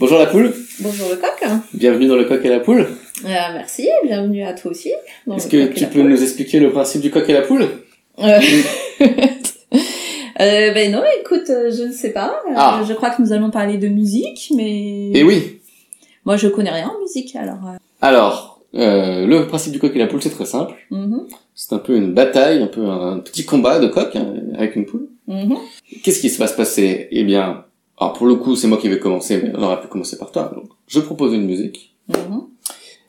Bonjour la poule, Bonjour le coq. Euh, bienvenue dans le coq et la poule. merci, bienvenue à toi aussi. dans Est-ce que le coq et tu la peux poule. nous expliquer le principe du coq et la poule Euh, euh, ben non, écoute, euh, je ne sais pas. Euh, Ah. Je crois que nous allons parler de musique, mais Eh oui moi je connais rien en musique, alors. euh, Alors, euh, le principe du coq et la poule, c'est très simple. mhm, C'est un peu une bataille, un peu un petit combat de coq hein, avec une poule. mhm. Qu'est-ce qui se va se passer Eh bien, alors pour le coup, c'est moi qui vais commencer, mais on aurait pu commencer par toi. Donc, je propose une musique. Mhm.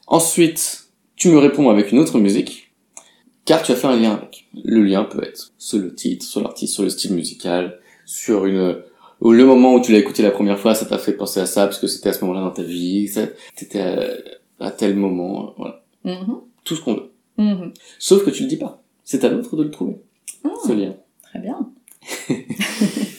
Ensuite, tu me réponds avec une autre musique, car tu as fait un lien avec. Le lien peut être sur le titre, sur l'artiste, sur le style musical, sur une ou le moment où tu l'as écouté la première fois, ça t'a fait penser à ça parce que c'était à ce moment-là dans ta vie, ça- t'étais à, à tel moment, voilà. Mhm. Tout ce qu'on veut. Mhm. Sauf que tu le dis pas. C'est à l'autre de le trouver, Ah, ce lien. Très bien.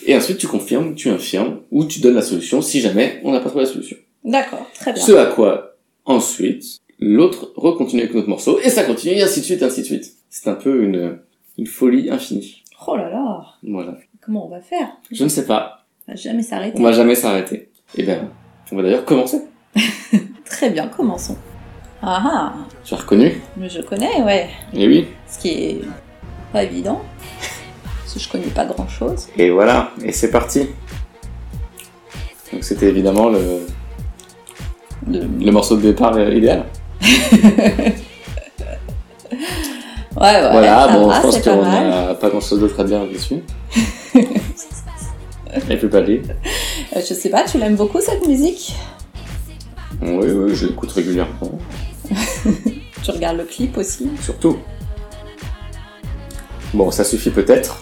Et ensuite, tu confirmes, tu infirmes, ou tu donnes la solution si jamais on n'a pas trouvé la solution. D'accord, très bien. Ce à quoi, ensuite, l'autre recontinue avec notre morceau, et ça continue, et ainsi de suite, ainsi de suite. C'est un peu une, une folie infinie. Oh là là, Voilà. comment on va faire Je ne sais pas, On va jamais s'arrêter. on va jamais s'arrêter. Eh bien, on va d'ailleurs commencer. Très bien, commençons. Ah Tu as reconnu ah, mais je connais, ouais. Eh oui. Ce qui est pas évident, parce que je connais pas grand chose. Et voilà, et c'est parti. Donc c'était évidemment le, le morceau de départ euh, idéal. Ouais, ouais, voilà, ça bon, va, je pense c'est pas qu'on mal. n'a pas grand chose d'autre à dire dessus. Elle peut pas le dire. Euh, Je sais pas, tu l'aimes beaucoup cette musique Oui, oui, je l'écoute régulièrement. Tu regardes le clip aussi Surtout. Bon, ça suffit peut-être.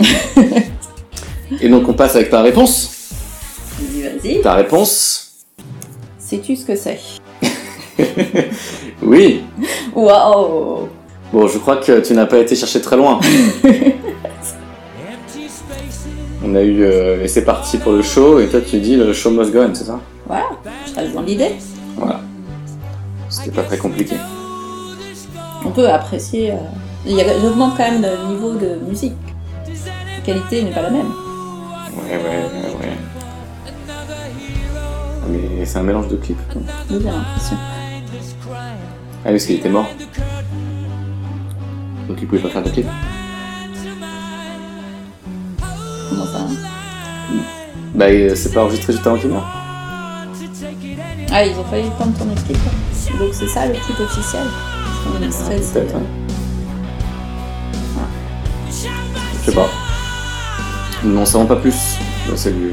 Et donc on passe avec ta réponse. Vas-y, vas-y. Ta réponse Sais-tu ce que c'est Oui. Waouh Bon, je crois que tu n'as pas été chercher très loin. On a eu... euh, et c'est parti pour le show, et toi tu dis le show must go on, c'est ça Voilà, je reste dans l'idée. Voilà. C'était pas très compliqué. On peut apprécier. euh, il y a- J'augmente quand même le niveau de musique. La qualité n'est pas la même. Ouais, ouais, ouais, ouais. Ah, Mais c'est un mélange de clips. Oui, J'ai l'impression. Ah oui, parce qu'il était mort. Donc il pouvait pas faire de clip. Comment ça Bah, euh, c'est pas enregistré juste avant qu'il meure. Ah, ils ont failli prendre ton clip. Donc c'est ça le clip officiel. On a extrait, c'est- Peut-être, hein. Je sais pas. Nous n'en savons pas plus. Bah, c'est du...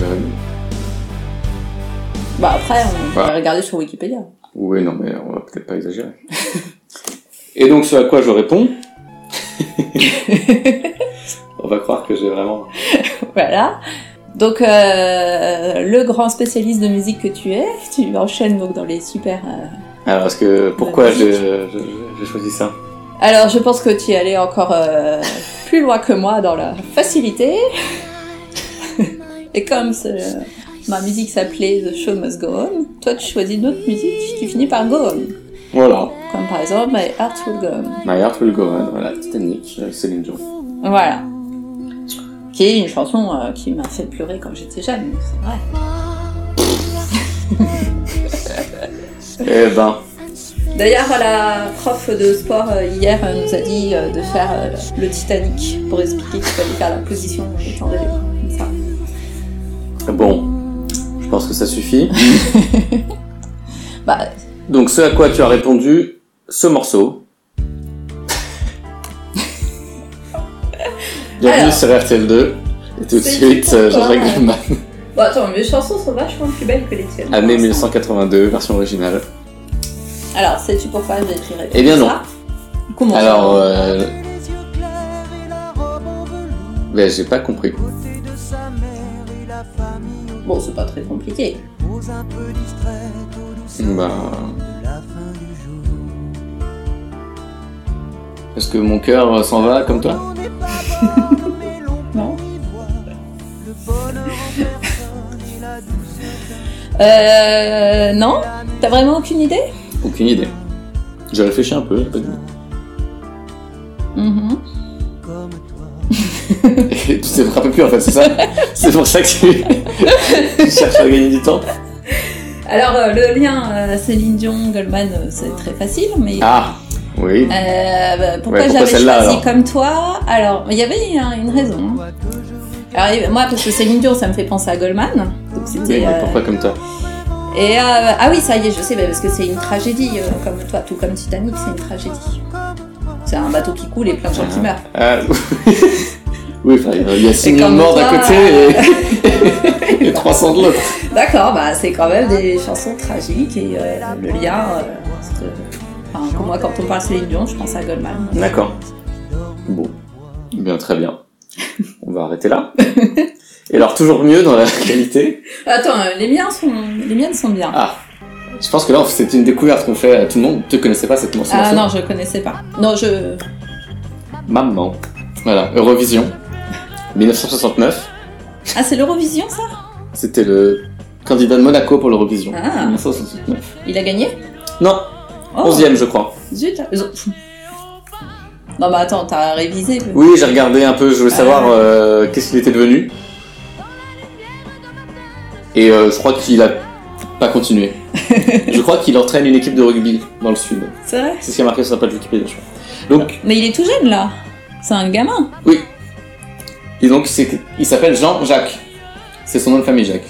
Bah après, on va Voilà. regarder sur Wikipédia. Oui, non, mais on va peut-être pas exagérer. Et donc, ce à quoi je réponds On va croire que j'ai vraiment... Voilà. Donc, euh, le grand spécialiste de musique que tu es, tu enchaînes donc dans les super. euh, Alors, est-ce que... Pourquoi Bah, j'ai je, je- j'ai choisi ça Alors, je pense que tu es allé encore euh, plus loin que moi dans la facilité. Et comme ce- ma musique s'appelait The Show Must Go On, toi tu choisis d'autres musiques qui finit par Go On. Voilà. Comme par exemple My Heart Will Go On. My Heart Will Go On, voilà, Titanic, euh, Céline Dion. Voilà. Qui est une chanson euh, qui m'a fait pleurer quand j'étais jeune, c'est vrai. Eh ben, D'ailleurs, la prof de sport euh, hier euh, nous a dit euh, de faire euh, le Titanic pour expliquer qu'il fallait faire la position des temps de vélo, comme ça. bon, je pense que ça suffit. Bah, Donc, ce à quoi tu as répondu, ce morceau. Bienvenue Alors. sur RTL2. Et tout de C'est suite, pourquoi, euh, Jean-Jacques euh, Goldman. bon, attends, mes chansons sont vachement plus belles que les tiennes. Année pour 1982, version originale. l'instant. Alors, sais-tu pourquoi j'ai écrit réponse Eh bien, non. A Comment ça Alors, euh, ben, j'ai pas compris. Bon, c'est pas très compliqué. Bah. Est-ce que mon cœur euh, s'en va comme toi Non. euh, non T'as vraiment aucune idée Aucune idée. Je réfléchis un peu, j'ai pas d'idée. Mhm. Et tu t'es frappé plus en fait, c'est ça C'est pour ça que tu... tu cherches à gagner du temps Alors, euh, le lien euh, Céline Dion, Goldman, euh, c'est très facile, mais Ah, oui. euh, bah, pourquoi Ouais, pourquoi j'avais choisi celle-là, alors comme toi Alors, il y avait hein, une raison. hein. Alors, il- moi, parce que Céline Dion, ça me fait penser à Goldman. Donc, Oui, c'était. mais euh, pourquoi comme toi Et euh, ah oui, ça y est, je sais, bah, parce que c'est une tragédie, euh, comme toi, tout comme Titanic, c'est une tragédie. C'est un bateau qui coule et plein de gens qui meurent. Ah, oui, enfin, il y a 6 Et 000 comme morts d'un toi, euh, côté et... et 300 de l'autre. D'accord, bah c'est quand même des chansons tragiques et euh, le lien. euh, parce que, enfin, pour moi, quand on parle Céline Dion, je pense à Goldman. D'accord. Bon. Bien, très bien. On va arrêter là. Et alors, toujours mieux dans la qualité. Attends, euh, les miens sont, les miennes sont bien. Ah. Je pense que là, c'est une découverte qu'on fait à tout le monde. Tu connaissais pas cette mention Ah non, je connaissais pas. Non, je. Maman. Voilà, Eurovision. 1969. Ah, c'est l'Eurovision, ça C'était le candidat de Monaco pour l'Eurovision. Ah. 1969. Il a gagné Non, Oh, 11ème, je crois. Zut ils ont- Non, mais attends, t'as révisé. le- Oui, j'ai regardé un peu, je voulais Ah. savoir euh, qu'est-ce qu'il était devenu. Et euh, je crois qu'il a pas continué. je crois qu'il entraîne une équipe de rugby dans le sud. C'est vrai C'est ce qui a marqué sur sa page Wikipédia, je crois. Donc, Mais il est tout jeune, là. C'est un gamin. et donc c'est- il s'appelle Jean-Jacques. C'est son nom de famille, Jacques.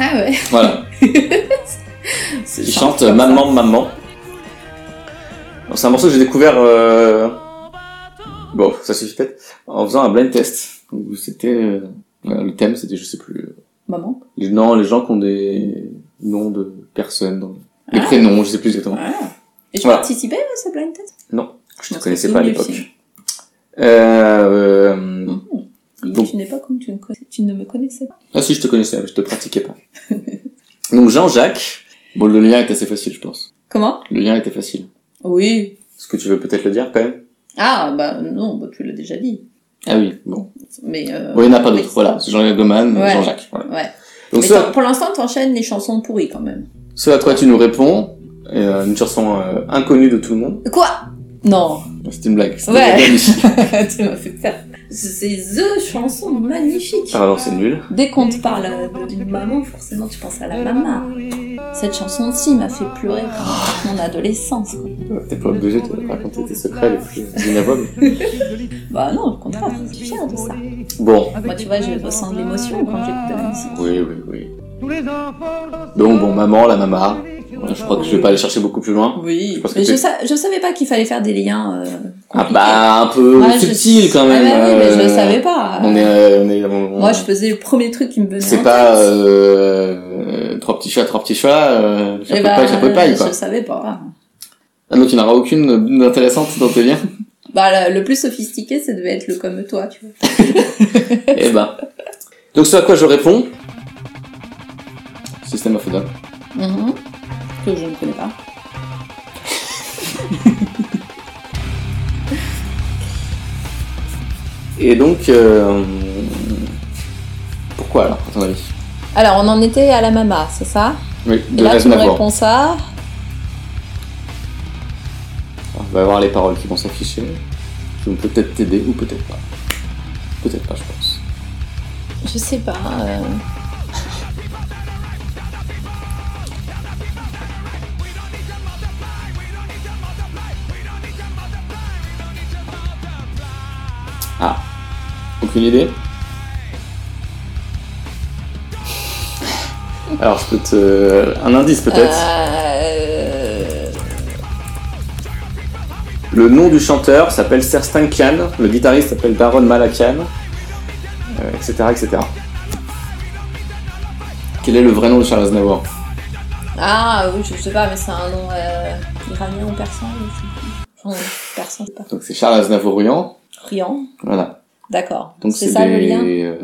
Ah ouais Voilà. il chante euh, Maman, Maman. Alors, C'est un morceau que j'ai découvert. euh, Bon, ça suffit peut-être. En faisant un blind test. Où C'était. euh, voilà, Le thème, c'était, je sais plus. euh, Maman Les- Non, les gens qui ont des noms de personnes. dans- Les Ah. prénoms, je sais plus exactement. Ouais. Et tu Voilà. participais à ce blind test Je ne Parce connaissais que pas à nul, l'époque. sinon. Euh, euh, Il- Donc- Tu n'es pas comme tu ne, connais- tu ne me connaissais pas. Ah si, je te connaissais, mais je te pratiquais pas. Donc Jean-Jacques. Bon, le lien est assez facile, je pense. Comment Le lien était facile. Oui. Est-ce que tu veux peut-être le dire quand même Ah, bah non, bah, tu l'as déjà dit. Ah oui, bon. Mais. euh, Bon, il n'y en a pas d'autres, oui. voilà. C'est Jean-Jacques Goldman, Ouais. Jean-Jacques. voilà. Ouais. Donc Mais ce, t'en- pour l'instant, t'enchaînes les chansons pourries quand même. ce à quoi tu nous réponds, euh, une chanson euh, inconnue de tout le monde. Quoi Non. C'était une blague. c'était Ouais. une blague ici. tu m'as fait peur. C'est The chanson magnifique. Ah non, c'est nul. Dès qu'on te parle euh, d'une maman, forcément tu penses à la maman. Cette chanson-ci m'a fait pleurer pendant toute mon adolescence. quoi. Euh, T'es pas obligé de raconter tes secrets les plus inavouables. Bah non, au contraire, je suis fière de ça. Bon. Moi, tu vois, je ressens de l'émotion quand j'écoute de la musique. Oui, oui, oui. Donc bon, maman, la mama. Voilà, je crois que je vais pas aller chercher beaucoup plus loin. Oui, Parce que mais je, t'es- sa- je savais pas qu'il fallait faire des liens. euh, Ah compliqués. bah, un peu Ouais, je- subtil quand même. Ah bah oui, mais je euh, le savais pas. On est, euh, on est, on- Moi, je faisais le premier truc qui me venait. C'est en pas tête. euh, euh, trois petits chats, trois petits chats, euh, Eh chapeau de ben, paille, chapeau de paille, Je quoi. le savais pas. Ah, donc il n'y en aura aucune d'intéressante dans tes liens Bah, le- le plus sophistiqué, ça devait être le comme toi, tu vois. Eh ben. Donc ce à quoi je réponds Système of a Down. Mhm. Que je ne connais pas. Et donc, euh, pourquoi alors, à ton avis Alors, on en était à la mama, c'est ça Oui, Et de là, tu me Aznavour. réponds ça. On va voir les paroles qui vont s'afficher, qui vont peut-être t'aider ou peut-être pas. Peut-être pas, je pense. Je sais pas. euh. Aucune idée Alors, je peux te... Un indice, peut-être Euh, Le nom du chanteur s'appelle Serstan Khan, le guitariste s'appelle Baron Malakian, euh, etc., etc. Quel est le vrai nom de Charles Aznavour Ah, oui, je je sais pas, mais c'est un nom euh, iranien ou persan. je sais pas. Enfin, persan, c'est pas. Donc c'est Charles Aznavourian, Friand. voilà. D'accord. Donc C'est ça le des- lien. euh,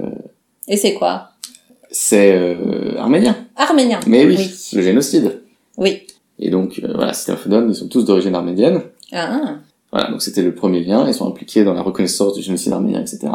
Et c'est quoi c'est euh, arménien. Arménien. Mais oui, Oui. le génocide. Oui. Et donc euh, voilà, System of a Down, ils sont tous d'origine arménienne. Ah, Voilà, donc c'était le premier lien. Ils sont impliqués dans la reconnaissance du génocide arménien, etc.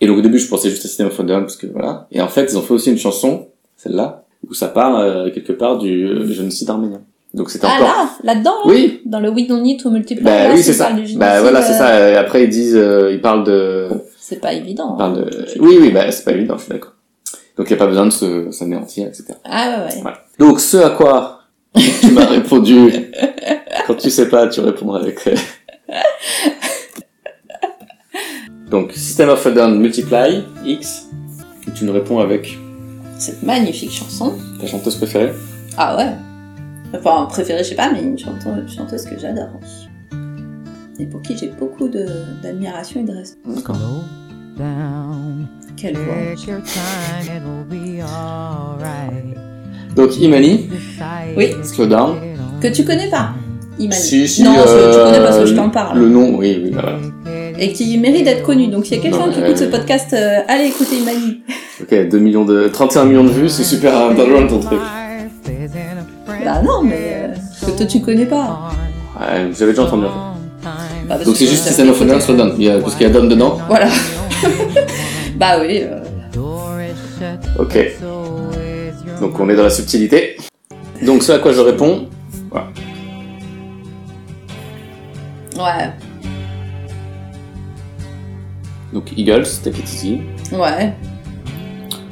Et donc au début, je pensais juste à System of a Down, parce que voilà. Et en fait, ils ont fait aussi une chanson, celle-là, où ça parle euh, quelque part du euh, génocide arménien. Donc c'était ah encore. là, là-dedans, là Oui, dans le We Don't Need to Multiply. bah là, oui, tu c'est ça. parles du génocide, Bah voilà, c'est euh, ça. Et après, ils disent, euh, ils parlent de, C'est pas évident. hein. ils parlent de. Oui, oui, bah c'est pas évident, je suis d'accord. Donc il n'y a pas besoin de se- s'anéantir, etc. Ah ouais, ouais. Donc, ce à quoi tu m'as répondu, quand tu sais pas, tu répondras avec. euh. Donc, System of a Down Multiply, X, et tu nous réponds avec Cette magnifique chanson. ta chanteuse préférée. Ah ouais. Enfin, préférée, je sais pas, mais une chante- une chanteuse, que j'adore. Et pour qui j'ai beaucoup de- d'admiration et de respect. Slow down, Quelle voix. take your time, it'll be alright. Donc, Imani, Oui. Slow down. Que tu connais Ah pas, Imani. si, si, non, je- tu euh, connais parce que je t'en parle. Le nom, oui, oui, bah voilà. Et qui mérite d'être connu. Donc s'il y a quelqu'un Non, qui mais- écoute ce podcast, euh, allez écouter Imani. Ok, 2 millions de, 31 millions de vues, c'est super hein, underground ton truc. Bah non, mais euh, parce que toi tu connais pas. Ouais, vous avez déjà entendu. en Bah, parce fait. Donc, c'est que juste ça- System of a Down, Slow Down. Il y a, parce qu'il y a Down dedans. Voilà. bah oui. euh, Ok. Donc, on est dans la subtilité. Donc, ce à quoi je réponds, Ouais. donc Eagles, Take It Easy. Ouais.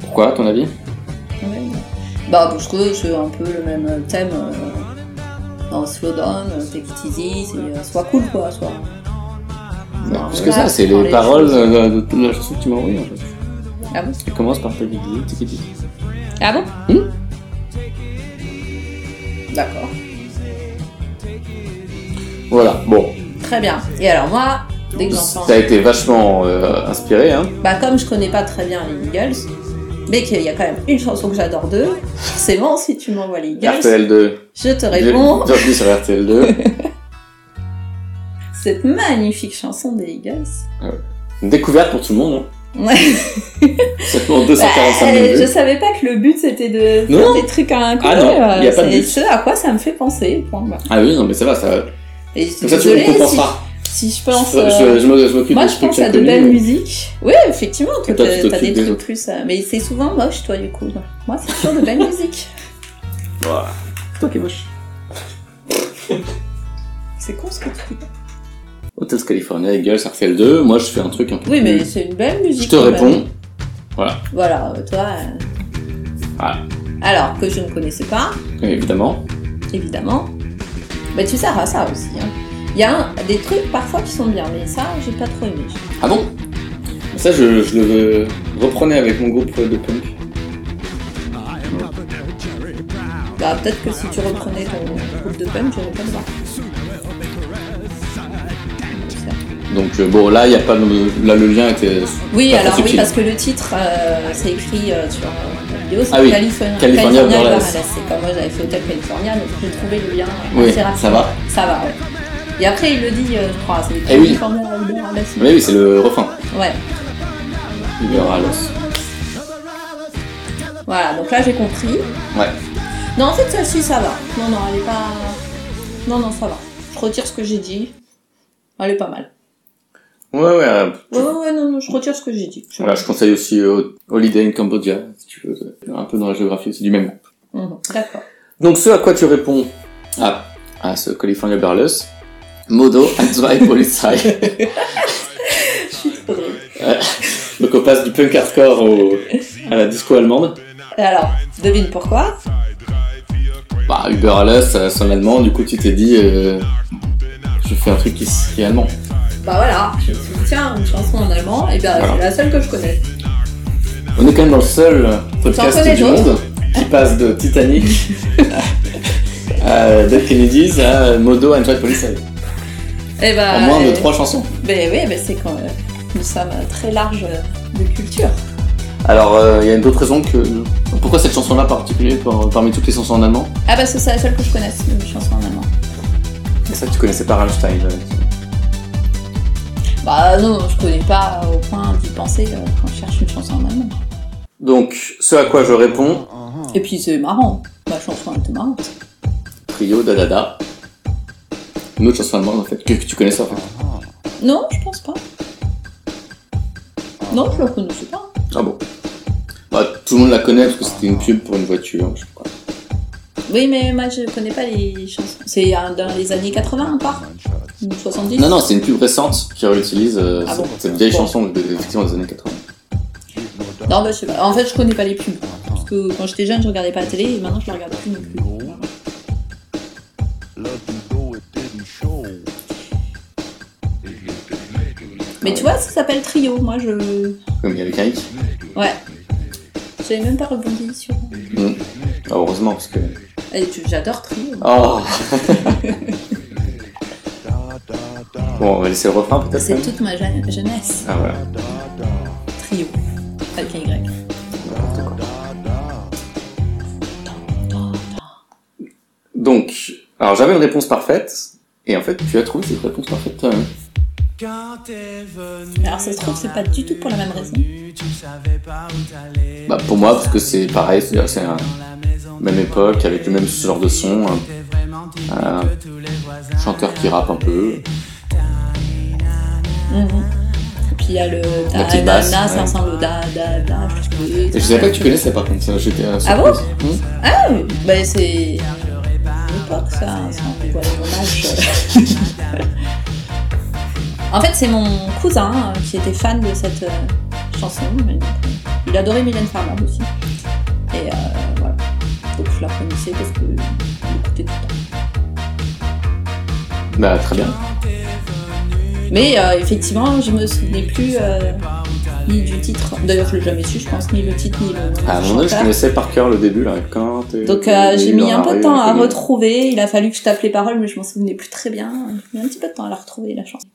Pourquoi, à ton avis Ouais. Bah parce que c'est un peu le même thème euh, dans Slowdown, euh, Take It Easy, c'est euh, soit cool quoi, soit. Ouais, Parce que Voilà, ça, c'est dans les paroles choses. euh, de, de la chanson que tu m'as envoyée en fait. Ah bon Elle commence par Take It Easy, Take It Easy. Ah bon Hmm D'accord. Voilà, bon. Très bien. Et alors moi, dès que j'entends. Ça a été vachement euh, inspiré, hein. Bah comme je connais pas très bien les Eagles, mais qu'il y a quand même une chanson que j'adore d'eux, forcément si tu m'envoies les Eagles, RTL2. je te réponds Bienvenue sur RTL2. cette magnifique chanson des Eagles. Une découverte pour tout le monde, Ouais. hein. Seulement Bah, 245 000 je vues. savais pas que le but c'était de faire Non. des trucs à inconnus. Ah non, y a pas de but. c'est ce à quoi ça me fait penser. Point. barre. Ah oui, non, mais ça va, ça va. Et je suis Comme ça, tu désolée on si, compensera. si je Je, pense. euh, je, je me- je m'occupe moi des je trucs pense à de inconnus, belles mais- musiques. Oui, effectivement, toi, Et toi, t'as- tu t'occupes t'as des des trucs autres. plus. euh, mais c'est souvent moche toi du coup. Moi c'est toujours de belles musiques. Voilà. Toi qui es moche. C'est con ce que tu dis. Hotels California, Eagles, RTL2. Moi, je fais un truc un peu. Oui mais plus- c'est une belle musique. Je te quand même. réponds. Voilà, euh, toi. euh, Voilà. Alors que je ne connaissais pas, Évidemment. évidemment. Mais tu sers à ça aussi. hein. Il y a un- des trucs parfois qui sont bien, mais ça, j'ai pas trop aimé. Ah bon Ça, je, je le reprenais avec mon groupe de punk. Bah, peut-être que si tu reprenais ton groupe de punk, j'aurais pas le droit. Donc euh, bon, là, il y a pas de... là le lien était Oui, Pas alors très oui, subtil. parce que le titre, euh, c'est écrit euh, sur euh, la vidéo, c'est Ah oui, California, California Borderlands. C'est comme moi, j'avais fait Hotel California, donc j'ai trouvé le lien euh, Oui, assez rapidement. ça va. Ça va, ouais. Et après, il le dit, euh, je crois, c'est Eh oui. California Borderlands. Mais oui, c'est le refrain. Ouais, Il y aura l'os. voilà, donc là, j'ai compris. Ouais. Non, en fait, celle-ci, ça va. Non, non, elle est pas. Non, non, ça va. Je retire ce que j'ai dit. Elle est pas mal. Ouais, ouais. euh, Ouais, ouais, ouais, non, non, je retire ce que j'ai dit. Je- Voilà, je conseille aussi euh, Holiday in Cambodia, si tu veux, euh, un peu dans la géographie, c'est du même. groupe. Mhm, D'accord. Donc ce à quoi tu réponds à, Ah, à ce California Barless, Modo, Azwai, Polizei. Je suis trop drôle. Donc on passe du punk hardcore au, à la disco allemande. Et Alors, devine pourquoi Bah, Uber Alles, ça sonne allemand, du coup tu t'es dit, euh, je fais un truc qui, qui est allemand. Bah voilà, je me suis dit, tiens, une chanson en allemand, et bien Voilà. c'est la seule que je connais. On est quand même dans le seul T'en podcast connais du d'autres monde qui passe de Titanic à Dead Kennedys à Modo and Jack Police Et bah. en moins de euh, trois chansons. Mais oui, mais c'est quand même. Nous sommes euh, très larges euh, de culture. Alors euh, il y a d'autres raisons que. Pourquoi cette chanson-là en particulier par- parmi toutes les chansons en allemand Ah, bah, parce que c'est la seule que je connaisse, une chanson en allemand. C'est ça que tu connaissais pas Rammstein. euh. Bah non, je connais pas au point d'y penser euh, quand je cherche une chanson en allemand. Donc ce à quoi je réponds, Et puis c'est marrant, ma chanson elle était marrante. trio da da da. Une autre chanson allemande en fait que, que tu connaissais en fait. Non, je pense pas. Non, je la connaissais pas. Ah bon. Bah, tout le monde la connaît parce que c'était une pub pour une voiture, je crois. Oui, mais moi je connais pas les chansons. C'est euh, dans les années 80 encore Ou 70 Non, non, c'est une pub récente qui réutilise euh, Ah bon cette vieille Bon. chanson de, effectivement, des années 80. Non, bah, je sais pas. En fait, je connais pas les pubs. Parce que quand j'étais jeune, je regardais pas la télé et maintenant, je la regarde plus non plus. Alors, Mais tu vois, ça s'appelle Trio. Moi, je. Comme il y avait Karik. Ouais. J'avais même pas rebondi sur. Mm. Ah, heureusement, parce que. Et tu- J'adore Trio. Oh Bon, on va laisser le refrain peut-être C'est même toute ma jeune- jeunesse. Ah, voilà. Trio. Avec un Y. N'importe quoi. Donc, alors j'avais une réponse parfaite, et en fait, tu as trouvé cette réponse parfaite hein. toi-même. Alors, ça se trouve, c'est pas du tout pour la même raison. Bah, pour moi, parce que c'est pareil, c'est-à-dire que c'est la même époque, avec le même genre de son, un, un chanteur qui rappe un peu. Mhm. Et puis il y a le da La petite da basse, na, ouais. ça ressemble au da da da. Et je savais pas que tu connaissais par contre, ça, j'étais euh, Ah surprise. Mmh. Ah, ben c'est. L'époque, ça, hein, c'est un peu quoi, le bon âge. En fait, c'est mon cousin euh, qui était fan de cette euh, chanson. mais donc, euh, Il adorait Mylène Farmer aussi. Et euh, voilà. Donc je la connaissais parce que je l'écoutais tout le temps. Bah, très bien. Mais euh, effectivement, je me souvenais plus euh, ni du titre. D'ailleurs, je l'ai jamais su, je pense, ni le titre ni le nom Ah, À du mon âge, je chanteur. connaissais par cœur le début, là, quand t'es- Donc euh, j'ai mis dans un la peu de rue, hein. temps à et tout. retrouver. Il a fallu que je tape les paroles, mais je m'en souvenais plus très bien. J'ai mis un petit peu de temps à la retrouver la chanson.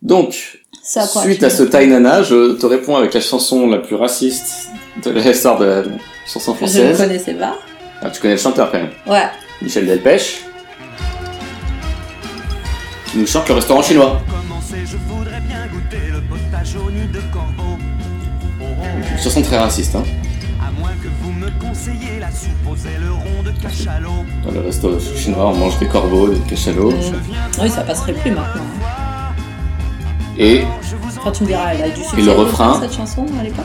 Donc, Ça, quoi, Suite tu à me- ce Tainana, je te réponds avec la chanson la plus raciste de l'histoire de la chanson je ne française. connaissais pas. Ah, tu connais le chanteur quand même, Ouais. Michel Delpech, qui nous chante le restaurant chinois. Une chanson très raciste, hein. Dans le resto chinois, on mange des corbeaux, des cachalots. Oui, ça passerait plus maintenant. Et Enfin, tu me diras, elle a du succès. le refrain. Cette chanson à l'époque.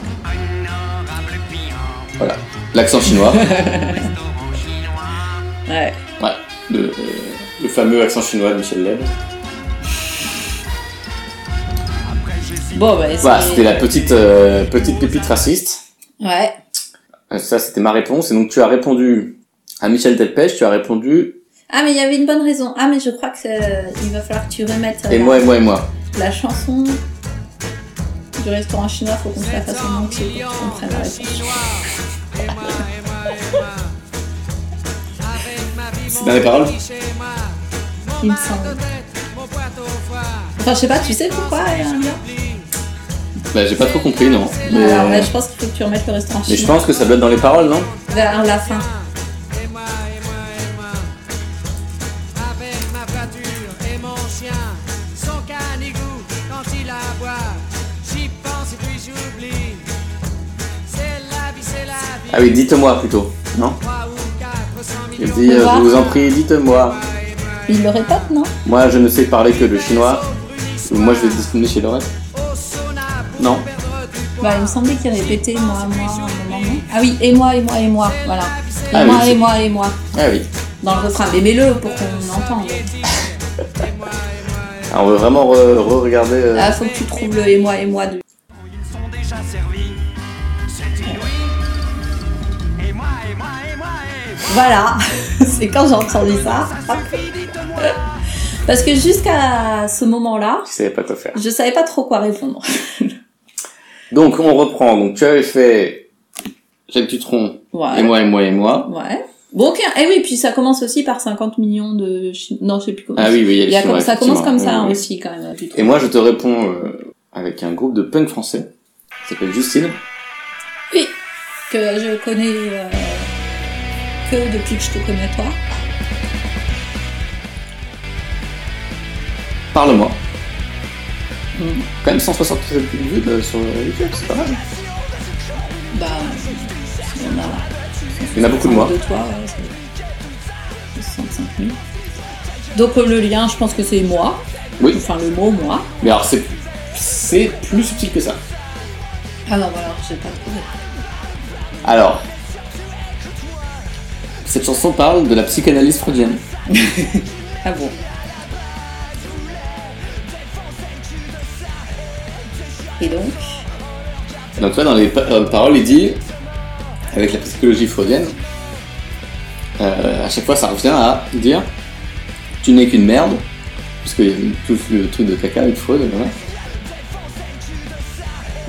voilà, l'accent chinois. Ouais. Ouais, le, euh, le fameux accent chinois de Michel Leb. Bon, bah, c'est- Voilà, c'était la petite, euh, petite pépite raciste. Ouais. Euh, Ça, c'était ma réponse. Et donc, tu as répondu à Michel Delpech, tu as répondu Ah, mais il y avait une bonne raison. Ah, mais je crois que c'est- il va falloir que tu remettes euh, et la, moi, et moi, et moi. la chanson du restaurant chinois. Faut qu'on se la fasse en entier pour que tu comprennes la réponse. C'est dans les paroles Il me semble. Enfin, je sais pas, tu sais pourquoi euh, il y a un lien Bah, j'ai pas trop compris, non. Mais, euh, Alors là, je pense qu'il faut que tu remettes le restaurant mais je chinois pense que ça doit être dans les paroles, non vers la fin. Avec ma voiture et mon chien, son canigou quand il la boit, j'y pense et puis j'oublie. C'est la vie, c'est la vie. Ah oui, dites-moi plutôt, non Trois ou quatre cent Il millions. dit, euh, Au je vous en revoir. prie, dites-moi. Il le répète, non Moi, je ne sais parler que le chinois. Moi, je vais discriminer chez le reste. Au sauna pour Non. perdre du poids. Bah, il me semblait qu'il répétait moi, moi, à un moment, non Ah oui, et moi, et moi, et moi, voilà. Et Ah, moi, mais et c'est- moi, et moi, Ah oui. dans le refrain. Mais mets-le pour qu'on entende. Alors, on veut vraiment re- re-regarder. euh, Ah, faut que tu trouves le et moi, et moi de... Ils sont déjà servis. C'est inouï. Et moi, et moi, et moi, et Voilà, c'est quand j'ai entendu ça. moi. Sophie, dites-moi. Parce que jusqu'à ce moment-là, Je savais pas quoi faire. je savais pas trop quoi répondre. Donc, on reprend. Donc, tu avais fait Jacques Dutronc, Ouais. et moi, et moi, et moi. Ouais. Bon, ok. Et oui, puis ça commence aussi par 50 millions de... Chi- Non, je sais plus comment. Ah oui, oui, Il y a effectivement, comme- ça commence comme ça effectivement. hein, aussi, quand même. tu trouves. Et moi, je te réponds euh, avec un groupe de punk français qui s'appelle Justine. Oui, que je connais euh, que depuis que je te connais toi. Parle-moi. Mhm. Quand même 167 vues euh, sur YouTube, c'est pas mal. Bah, il y en a, Il y en a beaucoup de moi. De toi, ouais, c'est 65 000. Donc euh, le lien, je pense que c'est moi. Oui. Enfin le mot moi. Mais alors, c'est, c'est plus subtil que ça. Ah non, voilà, j'ai pas trouvé. Alors, cette chanson parle de la psychanalyse freudienne. Ah bon. Et donc Donc là, dans les pa- euh, paroles, il dit, avec la psychologie freudienne, euh, à chaque fois, ça revient à dire tu n'es qu'une merde, puisque il y a tout le truc de caca avec Freud, voilà.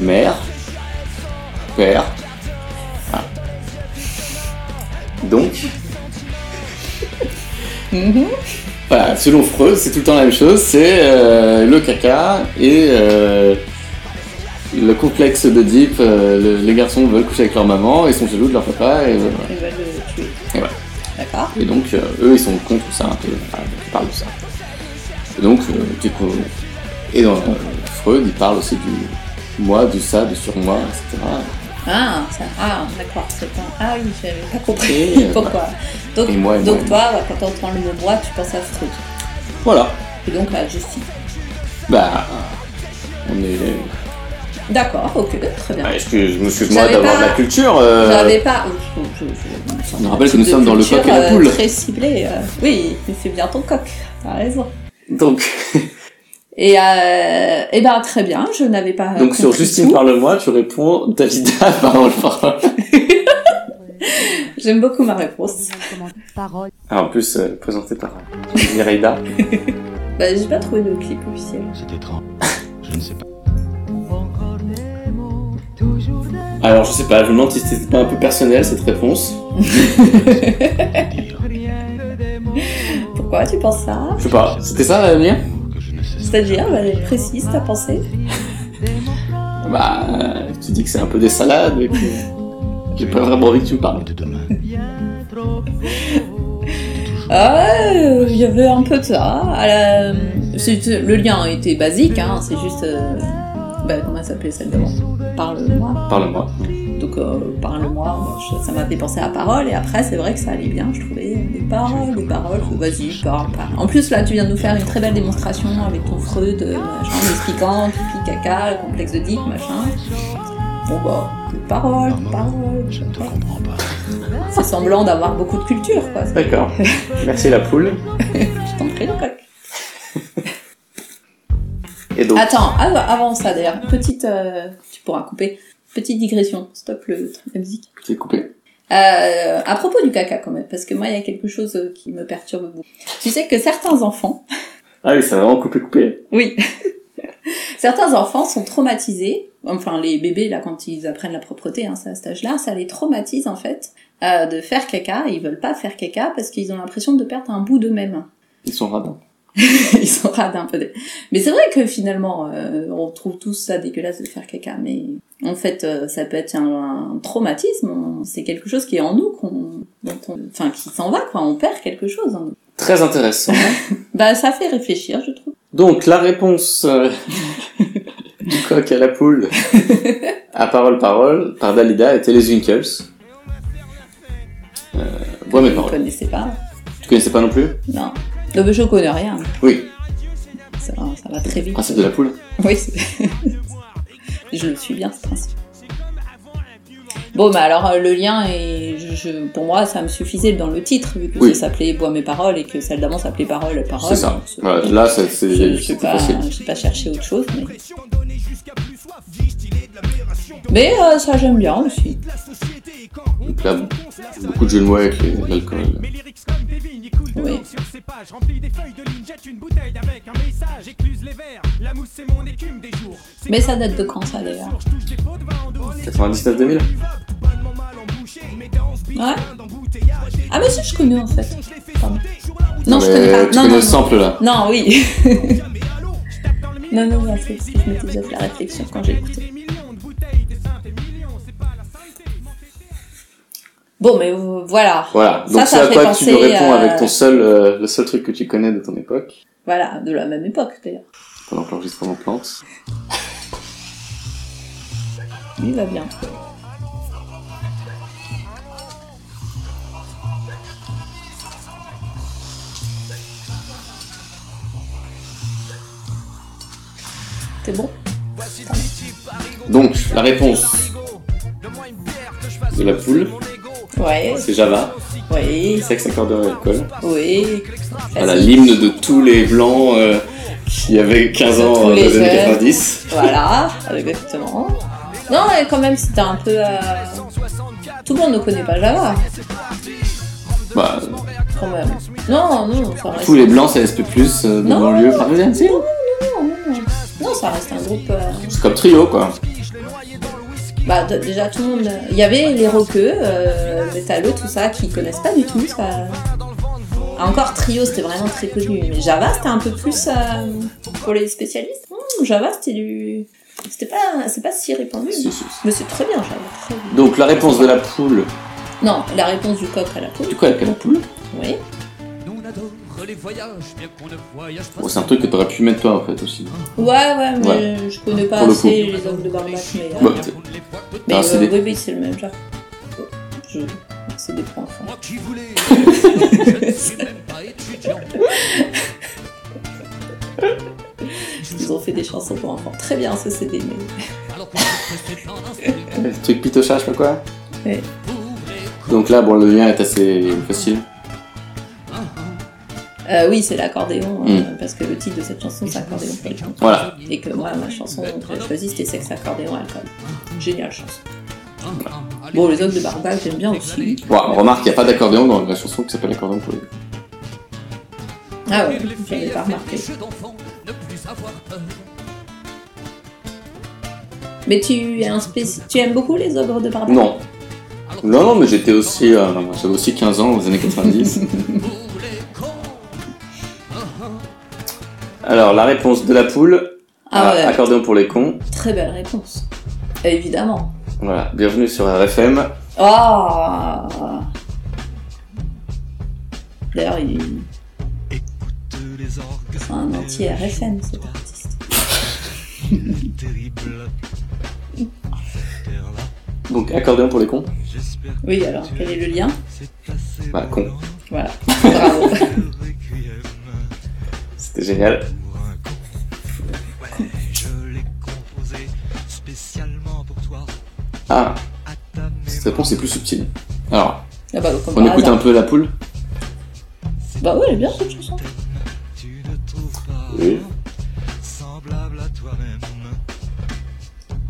Mère, père, voilà. Donc, Mm-hmm. voilà, selon Freud, c'est tout le temps la même chose, c'est euh, le caca et euh, le complexe d'Oedipe, euh, le- les garçons veulent coucher avec leur maman et sont jaloux de leur papa et voilà. Ils veulent le tuer. Et voilà. D'accord. Et donc, euh, eux, ils sont contre ça, un peu. Enfin, donc, ils parlent de ça. Et donc, euh, du coup, et dans euh, Freud, il parle aussi du moi, du ça, du surmoi, etc. Ah, ça, ah d'accord, c'est bon. Ah oui, j'avais pas compris Et, euh, pourquoi. Donc, Et moi, et donc moi, et toi, ouais, quand t'entends le mot moi, tu penses à Freud. Voilà. Et donc à Justine. Bah, on est. D'accord, ok, très bien. Bah, excuse- excuse-moi J'avais d'avoir pas- de la culture. euh, J'avais pas. oh, je- je- je- On me rappelle que type nous de sommes dans le culture, coq et la euh, poule. Très ciblé. euh, Oui, mais c'est bien ton coq. T'as raison. Donc, Et, euh, eh ben très bien, je n'avais pas. donc sur compris Justine Ah, tout. parle-moi, tu réponds Davida parle-moi. J'aime beaucoup ma réponse. Parole. Ah, en plus, euh, présenté par euh, Mireida. Bah, j'ai pas trouvé de clip officiel. C'est étrange. Je ne sais pas. Encore des mots, toujours des Alors, je sais pas, je me demande si c'était pas un peu personnel cette réponse. Dire rien que des mots. Pourquoi tu penses ça Je sais pas, c'était ça la mienne que je ne sais C'est-à-dire, bah, précise ta pensée. Bah, euh, tu dis que c'est un peu des salades, et puis j'ai pas vraiment envie que tu me parles. de demain. Ah, euh, il y avait un peu de ça. À la- c'est- Le lien était basique, hein, c'est juste. euh, Bah, comment elle s'appelait celle d'avant Parle-moi. Parle-moi. Donc, euh, parle-moi, moi, je- ça m'a fait penser à parole, et après, c'est vrai que ça allait bien, je trouvais. Des paroles, des paroles, faut- vas-y, parle, parle. En plus, là, tu viens de nous faire une très belle démonstration avec ton Freud, euh, machin, en expliquant, pipi, caca, le complexe de Dick, machin. Bon, bah, des paroles, des paroles. Je ne te comprends pas. C'est semblant d'avoir beaucoup de culture, quoi. C'est- D'accord. Merci la poule. Je t'en prie, le coq. Et donc, Attends, av- avant ça d'ailleurs, petite, euh, tu pourras couper, petite digression, stop le, la musique. tu es coupé. Euh, à propos du caca quand même, parce que moi il y a quelque chose euh, qui me perturbe beaucoup. Tu sais que certains enfants, Ah oui, ça a vraiment coupé, coupé. oui, certains enfants sont traumatisés, enfin les bébés là quand ils apprennent la propreté, hein, c'est à cet âge-là, ça les traumatise en fait euh, de faire caca, et ils veulent pas faire caca parce qu'ils ont l'impression de perdre un bout d'eux-mêmes. Ils sont radins. ils sont radins peut-être. Mais c'est vrai que finalement, euh, on trouve tous ça dégueulasse de faire caca, mais en fait, euh, ça peut être un, un traumatisme. on- C'est quelque chose qui est en nous, qu'on, dont on- enfin, qui s'en va, quoi. On perd quelque chose. en nous. Très intéressant. Bah, ça fait réfléchir, je trouve. Donc, la réponse euh, du coq à la poule à parole-parole par Dalida était les Winkles. Euh, ouais, mais je ne paroles. connaissais pas. Tu connaissais pas non plus Non. Non, mais je connais rien. Oui, Ça, va- ça va très vite. principe de la poule. Oui. c'est- je le suis bien, ce principe. Bon, bah alors euh, le lien, est, je, je- pour moi, ça me suffisait dans le titre, vu que Oui. ça s'appelait Bois mes paroles et que celle d'avant s'appelait Parole, Parole. C'est ça. Donc, c'est- Voilà, là, c'est- c'est- je sais c'était pas, facile. j'ai pas cherché autre chose, mais. Mais euh, ça j'aime bien aussi. Donc là, beaucoup de jeux de mots avec les- l'alcool. Oui. Mais ça date de quand ça d'ailleurs 99-2000 Ouais. Ah mais si je connais en fait. Pardon. Non, je Mais connais pas. Tu non, connais non, le sample là non. Non, oui. non, non, non, c'est parce que je m'étais déjà fait la réflexion quand j'ai écouté. Bon, mais euh, voilà. Voilà, Ça, donc ça c'est à fait toi que tu penser nous réponds à- avec ton seul, euh, le seul truc que tu connais de ton époque, Voilà, de la même époque d'ailleurs. pendant que l'enregistrement plante. Lui va bien. C'est bon Donc, la réponse de la poule, Ouais, c'est Java, oui, sexe, accordeur et alcool. oui. Voilà, l'hymne de tous les blancs euh, qui avaient 15 De ans tous euh, dans les les années jeunes. 90. Voilà, exactement. Non, et quand même, c'était un peu. euh, Tout le monde ne connaît pas Java, Bah, quand même. Non, non, ça reste. tous les blancs, c'est SP+, euh, de Non. banlieue parisienne, si Non, non, hein. non, ça reste un groupe. euh, C'est comme trio, quoi. Bah, d- déjà, tout le monde. Il y avait les roqueux, euh, métalleux, tout ça, qui connaissent pas du tout. Ça... Ah, Encore Trio, c'était vraiment très connu. Mais Java, c'était un peu plus euh, pour les spécialistes. Hmm, Java, c'était du. C'était pas, c'est pas si répandu. Si, si, si. Mais c'est très bien, Java. très bien. Donc, la réponse de la poule... Non, la réponse du coq à la poule. Du coup, elle est la poule Oui. Nous on adore les voyages, bien qu'on ne voyage pas. Bon, c'est un truc que t'aurais pu mettre toi, en fait, aussi. Ouais, ouais, mais Ouais. je connais pas Pour le assez coup. les hommes de Barbac, mais. euh, Bah, Bien t'es- qu'on ne les voit peut-être. mais Ah, euh, c'est des- oui, oui, c'est le même genre. Je... C'est des points. enfin. Moi qui voulais, je ne suis même pas étudiant. Ils ont fait des chansons pour enfants. Très bien, ce CD, mais. Alors qu'on se fait en instru Le truc pitocha, je sais pas quoi. Ouais. pour les Donc là, bon, le lien est assez facile. Euh, oui, c'est l'accordéon, euh, Mm. parce que le titre de cette chanson, c'est accordéon pour les gens. Voilà. Et que moi, ma chanson que j'ai choisie, c'était Sexe, accordéon, alcool. Géniale chanson. Bon, les hommes de Barbac, j'aime bien aussi. Bon, remarque, il a pas d'accordéon dans la chanson qui s'appelle Accordéon pour les... Ah ouais, j'avais pas remarqué. Mais tu, es un spéci- tu aimes beaucoup les ogres de Barbac Non. Non, non, mais j'étais aussi... euh, J'avais aussi 15 ans, aux années 90. Alors, la réponse de la poule... Ah à ouais, Accordéon pour les cons. très belle réponse. Évidemment. Voilà, bienvenue sur RFM. Ah D'ailleurs, il... c'est un anti-RFM, cet artiste. Donc, Accordéon pour les cons. Oui, alors, quel est le lien Bah, con. Voilà. Bravo. C'était génial. Ah, cette réponse est plus subtile. Alors, Ah bah, comme on par écoute hasard. un peu la poule Bah ouais, elle est bien cette chanson. Oui. Semblable à toi-même,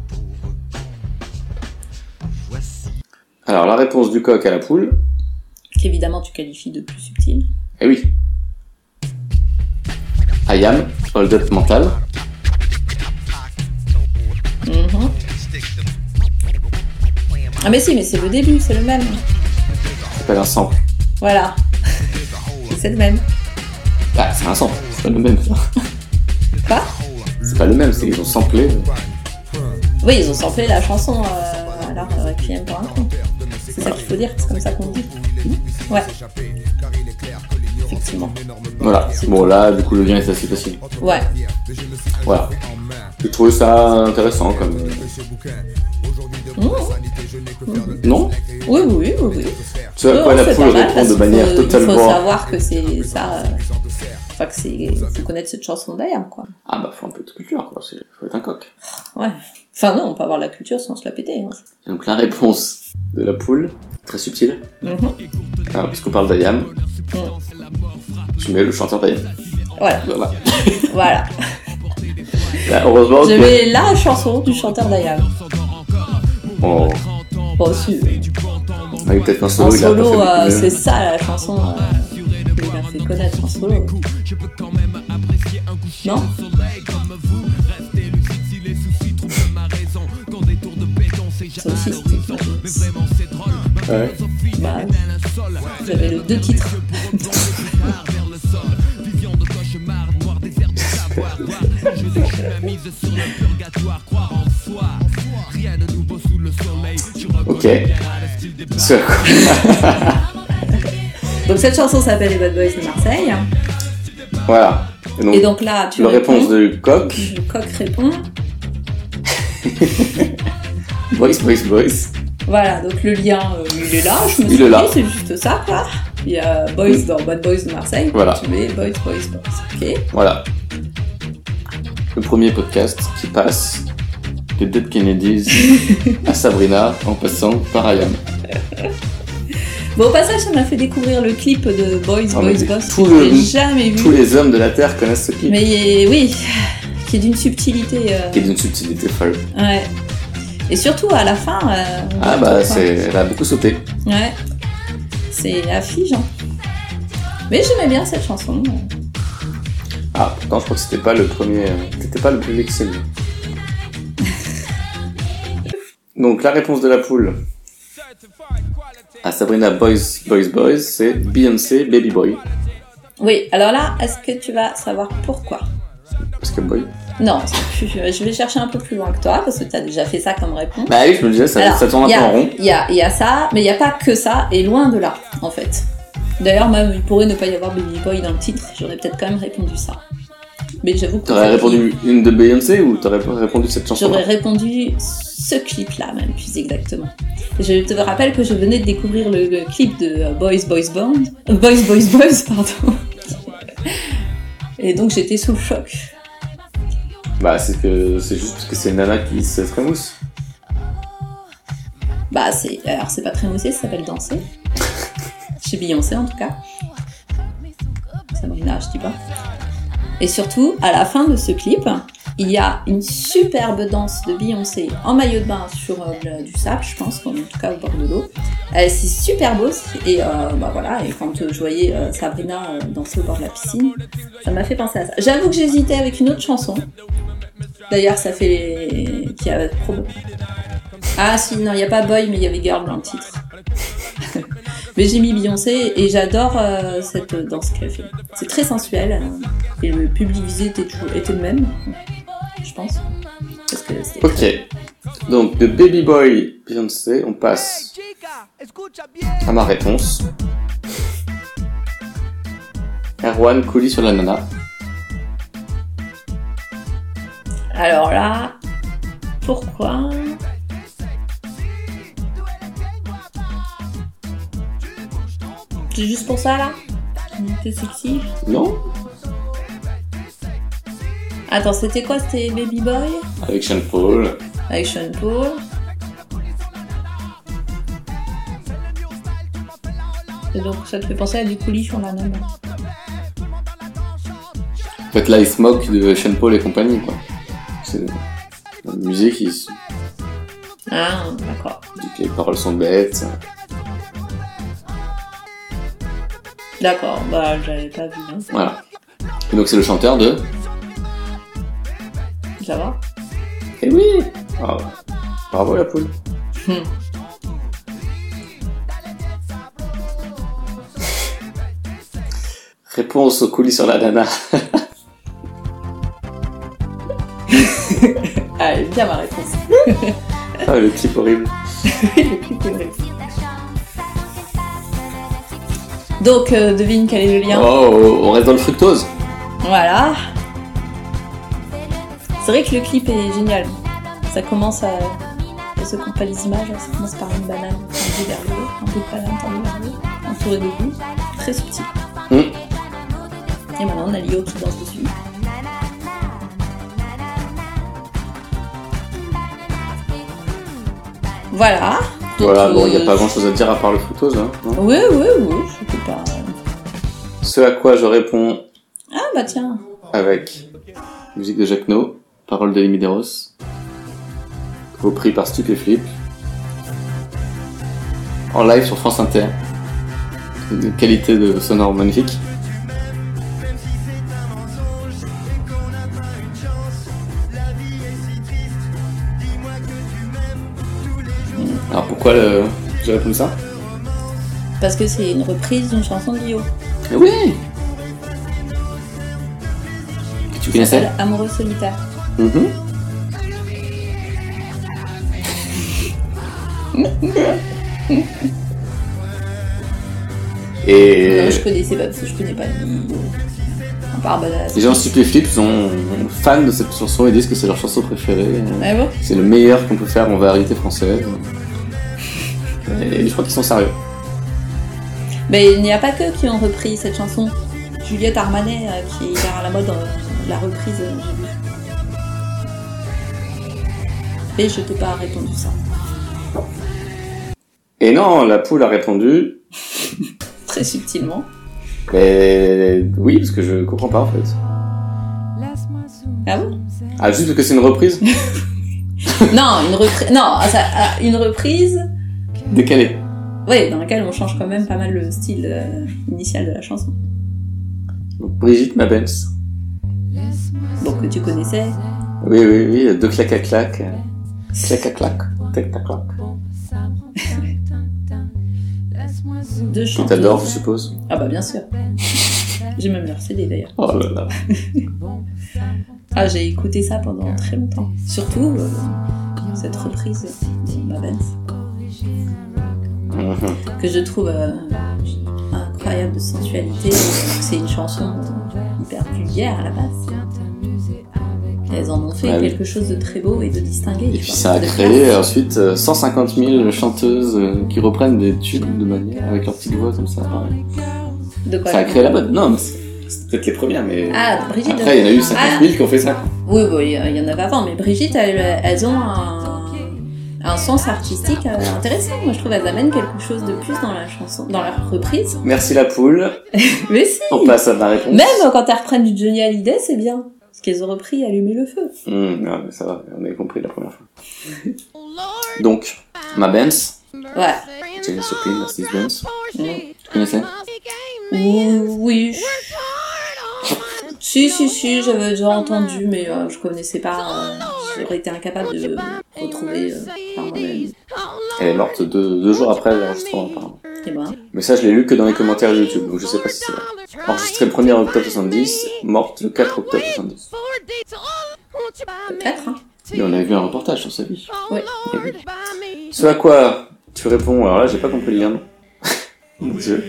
pauvre con. Voici Alors, la réponse du coq à la poule. Qu'évidemment, tu qualifies de plus subtil. Eh oui. I am, hold up mental. Mhm. Ah mais si, mais c'est le début, c'est le même. Ça s'appelle un sample. Voilà. c'est le même. Ah, c'est un sample. C'est pas le même. Quoi C'est pas le même, c'est qu'ils ont samplé. Oui, ils ont samplé la chanson euh, alors euh, Requiem pour un con. C'est ça qu'il faut dire, c'est comme ça qu'on dit. Hmm Ouais. Effectivement. Voilà. Bon, là, du coup, le lien est assez facile. Ouais. Voilà. J'ai trouvé ça intéressant comme. euh, Mmh. Non Oui, oui, oui, oui. Tu vois à Mmh. Non, quoi la c'est poule pas mal, répond parce de qu'il manière faut- Il faut totalement. savoir que c'est ça. euh, Enfin, que c'est faut connaître cette chanson d'Ayam, quoi. Ah, bah, faut un peu de culture, quoi. C'est- Faut être un coq. Ouais. Enfin, non, on peut avoir la culture sans se la péter. hein. Et Donc la réponse de la poule, très subtile, Mhm. Alors, puisqu'on parle d'Ayam, Mmh. tu mets le chanteur d'Ayam. Voilà, Voilà. voilà. Là, heureusement Je que... mets la chanson du chanteur d'Ayam. Bon, Bon, si, avec peut-être un solo, en il a pas solo, fait euh, beaucoup c'est mieux. ça la chanson. euh, Il a fait connaître en solo. Non Ça aussi, c'était. Ouais. Bah, vous avez le deux titres. Ok. Sur quoi Donc cette chanson s'appelle Les Bad Boys de Marseille. Voilà. Et donc, Et donc là, tu la réponds. réponse du coq, Le coq répond. Boris, Boris, Boris. Voilà, donc le lien, euh, il est là. Je me Il suis est là. dit, c'est juste ça, quoi. Il y a Boys dans Bad Boys de Marseille. Voilà. Tu mets Boys, Boys, Boys. Ok. Voilà. Le premier podcast qui passe de Dead Kennedys à Sabrina en passant par Ayam. Bon, au passage, ça m'a fait découvrir le clip de Boys, Ah, mais Boys, c'est Boys. tout que le- j'ai jamais vu. Tous les hommes de la Terre connaissent ce clip. Mais oui, qui est d'une subtilité. euh, Qui est d'une subtilité folle. Ouais. Et surtout, à la fin. euh, on Ah bah, voit tout, quoi. c'est, elle a beaucoup sauté. Ouais. C'est affligeant. Mais j'aimais bien cette chanson. Ah, pourtant, je crois que c'était pas le premier, euh, c'était pas le plus vexé. Donc, la réponse de la poule à Sabrina Boys, Boys, Boys, c'est Beyoncé, Baby Boy. Oui, alors là, est-ce que tu vas savoir pourquoi Parce que boy. Non, c'est plus- je vais chercher un peu plus loin que toi parce que tu as déjà fait ça comme réponse. Bah oui, je me disais, ça, Alors, ça tourne un il y peu a- en rond. Il y a, il y a ça, mais il n'y a pas que ça, et loin de là, en fait. D'ailleurs, même, il pourrait ne pas y avoir Baby Boy dans le titre, j'aurais peut-être quand même répondu ça. Mais j'avoue que. T'aurais répondu une de Beyoncé ou t'aurais pas répondu cette chanson J'aurais répondu ce clip-là, même plus exactement. Je te rappelle que je venais de découvrir le, le clip de euh, Boys Boys Band. euh, Boys Boys Boys, pardon. Et donc j'étais sous le choc. Bah, c'est que c'est juste parce que c'est Nana qui se trémousse. Bah, c'est. Alors, c'est pas très moussé, ça s'appelle Danser. Chez Beyoncé, en tout cas. Sabrina, je dis pas. Et surtout, à la fin de ce clip, il y a une superbe danse de Beyoncé en maillot de bain sur euh, le- du sable, je pense, en tout cas au bord de l'eau. Euh, c'est super beau. c'est- Et euh, bah voilà, et quand euh, je voyais euh, Sabrina euh, danser au bord de la piscine, ça m'a fait penser à ça. J'avoue que j'hésitais avec une autre chanson. D'ailleurs, ça fait. qui a prob- ah si, non, il n'y a pas Boy, mais il y avait Girl dans le titre. mais j'ai mis Beyoncé et j'adore euh, cette danse qu'elle fait. C'est très sensuel euh, et le public visé était, toujours, était le même, je pense. Parce que c'était Ok. Donc, de Baby Boy, Beyoncé, on passe à ma réponse. Erwan Couli sur la nana. Alors là, pourquoi C'est juste pour ça là T'es sexy Non Attends, c'était quoi C'était Baby Boy Avec Sean Paul. avec Sean Paul. Et donc ça te fait penser à du coulis sur la nana. En fait, là, il se moque de Sean Paul et compagnie, quoi. C'est la musique, il se Ah, d'accord. dit que les paroles sont bêtes. D'accord, bah j'avais pas vu. hein. Voilà. Et donc, c'est le chanteur de. Ça va Eh oui Ah, Bravo, la poule. Hmm. Réponse au coulis sur la nana. Ah, elle est bien ma réponse. Ah, le clip horrible. Le clip est horrible. donc euh, devine quel est le lien. Oh, on reste dans le fructose. Oh. Voilà. C'est vrai que le clip est génial. Ça commence à. à se compte pas les images, ça commence par une banane tendue vers le haut, un peu de banane tendue vers le haut, entourée de boue, très subtil. Hmm. Et maintenant on a Lio qui danse dessus. Voilà. Donc, Voilà, bon, il n'y euh, a pas grand chose à dire à part le fructose. Hein, non Oui, oui, oui, je sais pas. Ce à quoi je réponds Ah bah tiens. avec musique de Jacques No, paroles de Limideros, au prix par Stupéflip, en live sur France Inter. Une qualité de sonore magnifique. Alors pourquoi le... j'ai répondu ça Parce que c'est une reprise d'une chanson de Lio. Oui Tu connaissais Amoureux solitaire. Mhm. Et Non, je connaissais pas parce que je connais pas ni. À part bah, Badass. les gens Stupéflip sont fans de cette chanson et disent que c'est leur chanson préférée. Ah bon C'est le meilleur qu'on peut faire en variété française. Et je crois qu'ils sont sérieux. Mais il n'y a pas que qui ont repris cette chanson. Juliette Armanet, euh, qui est hyper à la mode, euh, la reprise, euh, j'ai vu. Mais je t'ai pas répondu ça. Et non, la poule a répondu. Très subtilement. Mais oui, parce que je comprends pas en fait. Ah bon Ah, juste parce que c'est une reprise non, une reprise. Non, ça- ah, une reprise. Décalé. Ouais, dans laquelle on change quand même pas mal le style euh, initial de la chanson. Donc, Brigitte Mabels. Donc que tu connaissais. Oui, oui, oui, de clac à clac. euh, Clac à clac. Tac tac clac. Deux Que chanteuses. t'adores, je suppose. Ah bah bien sûr. j'ai même leur CD d'ailleurs. Oh là là. Ah, j'ai écouté ça pendant très longtemps. Surtout euh, cette reprise de Mabens, Mhm. que je trouve euh, incroyable de sensualité. C'est une chanson hyper vulgaire à la base. Et Elles en ont fait Ah oui. quelque chose de très beau et de distingué. Et tu puis vois, ça a de créé classe. ensuite euh, 150 000 chanteuses euh, qui reprennent des tubes de manière avec leur petite voix comme ça. pareil. De quoi Ça a créé la mode. Non, mais c'est c'est peut-être les premières, mais Ah, Brigitte. après il y en a eu 50 000 qui ont fait ça. Oui, bon, il y il y en avait avant, mais Brigitte, elles, elles ont un, un sens artistique euh, intéressant. Moi, je trouve qu'elles amènent quelque chose de plus dans la chanson, dans la reprise. Merci la poule. Mais si On passe à ma réponse. Même quand elles reprennent du Johnny Hallyday, c'est bien. Parce qu'elles ont repris Allumer le feu. Hum, non, mais ça va, on avait compris la première fois. Donc, ma Benz, Ouais. James Joplin, Mercedes Benz, Ouais. tu connaissais Oui. oui. Si, si, si, j'avais déjà entendu, mais euh, je connaissais pas. euh, J'aurais été incapable de retrouver euh, par moi-même. Elle est morte deux, deux jours après l'enregistrement, apparemment. Et ben, Mais ça, je l'ai lu que dans les commentaires YouTube, donc je sais pas si c'est vrai. Enregistrée le 1er octobre 70, morte le 4 octobre 70. peut-être. hein. Et on avait vu un reportage sur sa vie. Oui. Ce à quoi tu réponds, alors là, j'ai pas compris le lien. non. Mon dieu.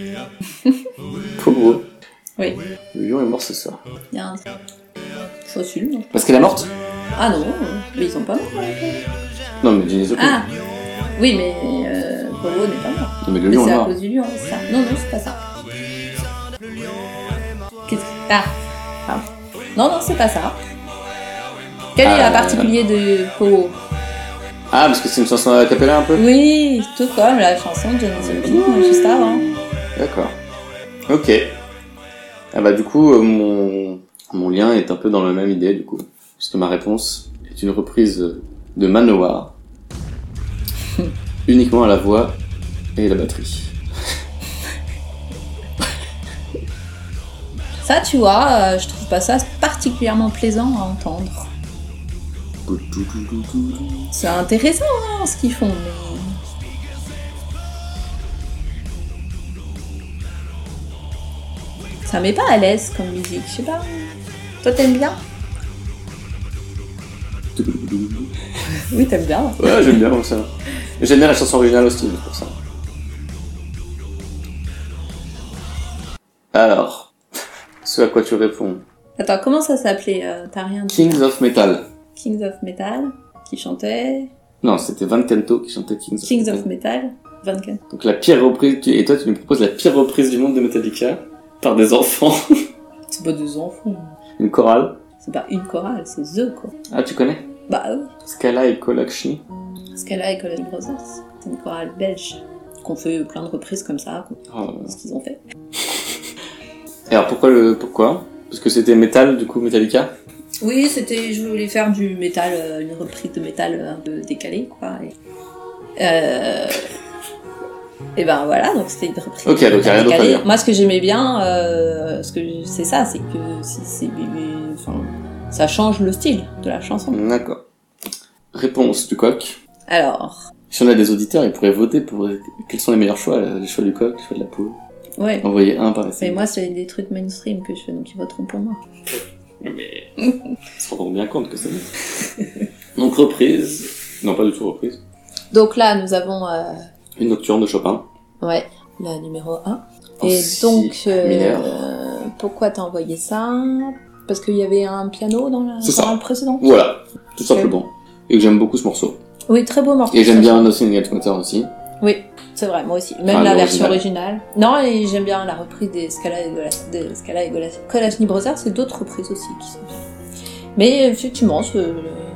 Pauvre. Oui. Le lion est mort ce soir. Il y a un. Faut assumer, hein. Parce qu'elle est morte Ah non, euh, mais ils sont pas morts. ouais. Non, mais Janis Joplin. Ah Oui, mais euh, Polo n'est pas mort. Non, mais le Mais lion c'est est à mort. cause du lion, c'est ça. Non, non, c'est pas ça. Qu'est-ce que- Ah. Ah. Non, non, c'est pas ça. Quelle est Ah, la euh, particulier de Polo Ah, parce que c'est une chanson à cappella un peu Oui, tout comme la chanson de Janis Joplin, juste avant. D'accord. Ok. Ah bah du coup, euh, mon, mon lien est un peu dans la même idée du coup. Parce que ma réponse est une reprise de Manowar. uniquement à la voix et la batterie. Ça, tu vois, euh, je trouve pas ça particulièrement plaisant à entendre. C'est intéressant hein, ce qu'ils font, mais. Ça met pas à l'aise comme musique, je sais pas. Toi t'aimes bien Oui, t'aimes bien. Ouais, j'aime bien moi, ça. Et J'aime bien la chanson originale aussi, pour ça. Alors, ce à quoi tu réponds. Attends, comment ça s'appelait euh, T'as rien dit Kings of Metal. Kings of Metal, qui chantait. Non, c'était Van Canto qui chantait Kings of Kings Metal. of Metal, 24. Donc la pire reprise, tu- et toi tu nous proposes la pire reprise du monde de Metallica par des enfants, C'est pas des enfants. une chorale. C'est pas une chorale, c'est The, quoi. Ah tu connais Bah oui. Scala et Kolakshni. Parce qu'elle a Colin Brothers, c'est une chorale belge qu'on fait plein de reprises comme ça, qu'on Oh. sait ce qu'ils ont fait. Et alors pourquoi le pourquoi Parce que c'était metal du coup Metallica. Oui, c'était, je voulais faire du métal, euh, une reprise de métal un peu décalée, quoi. Et, euh, et ben voilà, donc c'était une reprise. Ok, donc y a métal rien d'autre à décalée. dire. Moi, ce que j'aimais bien, euh, ce que je- c'est ça, c'est que si c'est, enfin, ça change le style de la chanson. D'accord. Réponse du coq. Alors, Si on a des auditeurs, ils pourraient voter pour quels sont les meilleurs choix, euh, les choix du coq, les choix de la poule. ouais. Envoyez un par Mais essai. moi, c'est des trucs mainstream que je fais, donc ils voteront pour moi. Mais ils se rendront bien compte que c'est nous. Donc reprise, non pas du tout reprise. Donc là, nous avons euh, Une nocturne de Chopin. Ouais, la numéro 1. En Et Oh, si donc, euh, mineur. euh, pourquoi t'as envoyé ça Parce qu'il y avait un piano dans la C'est ça. dans le précédent Voilà, tout simplement. Et que j'aime beaucoup ce morceau. Oui, très beau morceau. Et j'aime bien Nothing Else Matters aussi. Oui, c'est vrai, moi aussi. Même Enfin, la l'original. version originale. Non, et j'aime bien la reprise des Scala et Golas- des Scala et Golas- Kolachny Brothers, c'est d'autres reprises aussi qui sont bien. Mais effectivement, ce, le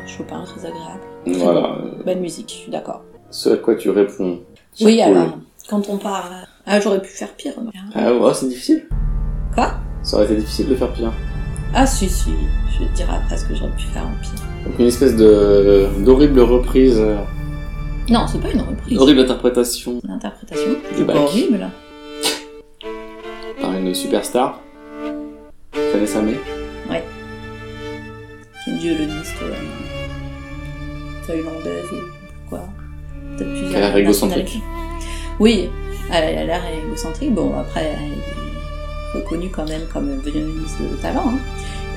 Chopin, très agréable. Voilà. euh, Belle musique, je suis d'accord. Ce à quoi tu réponds. cher Oui, Paul. alors, quand on part... euh, Ah, j'aurais pu faire pire. remarque. hein. Ah ouais, c'est difficile. Quoi Ça aurait été difficile de faire pire. Ah si, si, je vais te dire après ce que j'aurais pu faire en pire. Donc une espèce de d'horrible reprise, euh, Non, c'est pas une reprise. horrible interprétation C'est L'interprétation. Du C'est bac. pas horrible là. par une superstar, Vanessa May. C'est une violoniste euh, thaïlandaise ou quoi. Peut-être plusieurs. Elle a l'air égocentrique. nationalités. Oui, elle a l'air égocentrique. Bon, après, elle est reconnue quand même comme violoniste de talent. hein.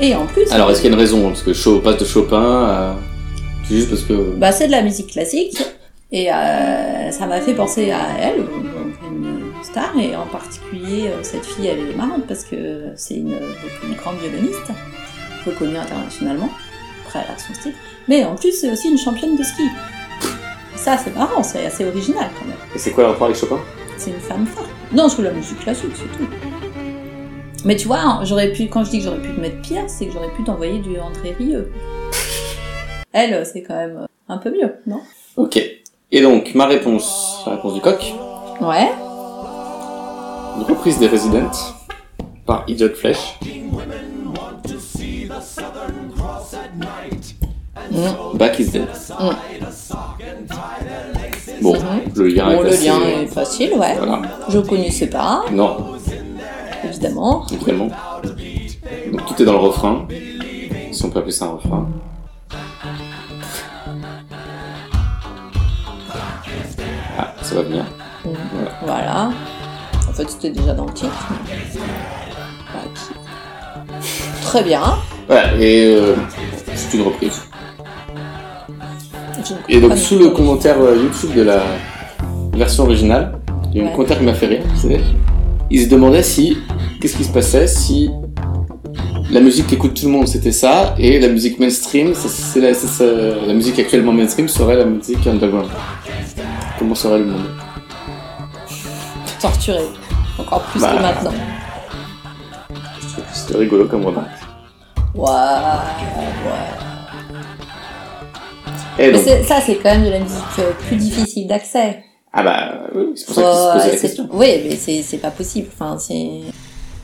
Et en plus. Alors est-ce qu'il y a euh, une raison hein, Parce que Cho- passe de Chopin à... C'est juste parce que... Bah, c'est de la musique classique. Et euh, ça m'a fait penser à elle, donc une star. Et en particulier, euh, cette fille, elle est marrante parce que c'est une, une grande violoniste, reconnue internationalement. Après, elle a son style. Mais en plus, c'est aussi une championne de ski. Ça, c'est marrant, c'est assez original quand même. Et c'est quoi le rapport avec Chopin C'est une femme forte. Non, je trouve la musique classique, c'est tout. Mais tu vois, j'aurais pu, quand je dis que j'aurais pu te mettre pire, c'est que j'aurais pu t'envoyer du André Rieu. Elle, c'est quand même un peu mieux, non Ok. Et donc, ma réponse, la réponse du coq, Ouais. une reprise des Residents par Idiot Flesh. Mm. Back is Dead. Bon, Mhm. le lien Bon, est le assez- lien est facile, ouais. Voilà. Je connaissais pas, Non, évidemment. vraiment. Donc tout est dans le refrain, si on peut appeler ça un refrain. Ah, ça va venir. Voilà. En fait, c'était déjà dans le titre. mais- Bah, qui- Très bien. Voilà, et euh, c'est une reprise. Je ne Et donc comprends sous pas le du tout. commentaire euh, YouTube de la version originale, il y a un Ouais. commentaire qui m'a fait rire. c'est- Il se demandait si qu'est-ce qui se passait si la musique qu'écoute tout le monde c'était ça et la musique mainstream, c'est- c'est la, c'est ça- la musique actuellement mainstream serait la musique underground. Comment serait le monde Torturé. Encore plus Bah. que maintenant. C'était rigolo comme remarque. Ouais, ouais. Et Mais donc c'est- ça, c'est quand même de la musique euh, plus difficile d'accès. ah bah oui, c'est pour ça qu'il se Faut- posait la c'est- question. Oui, mais c'est c'est pas possible. Enfin, c'est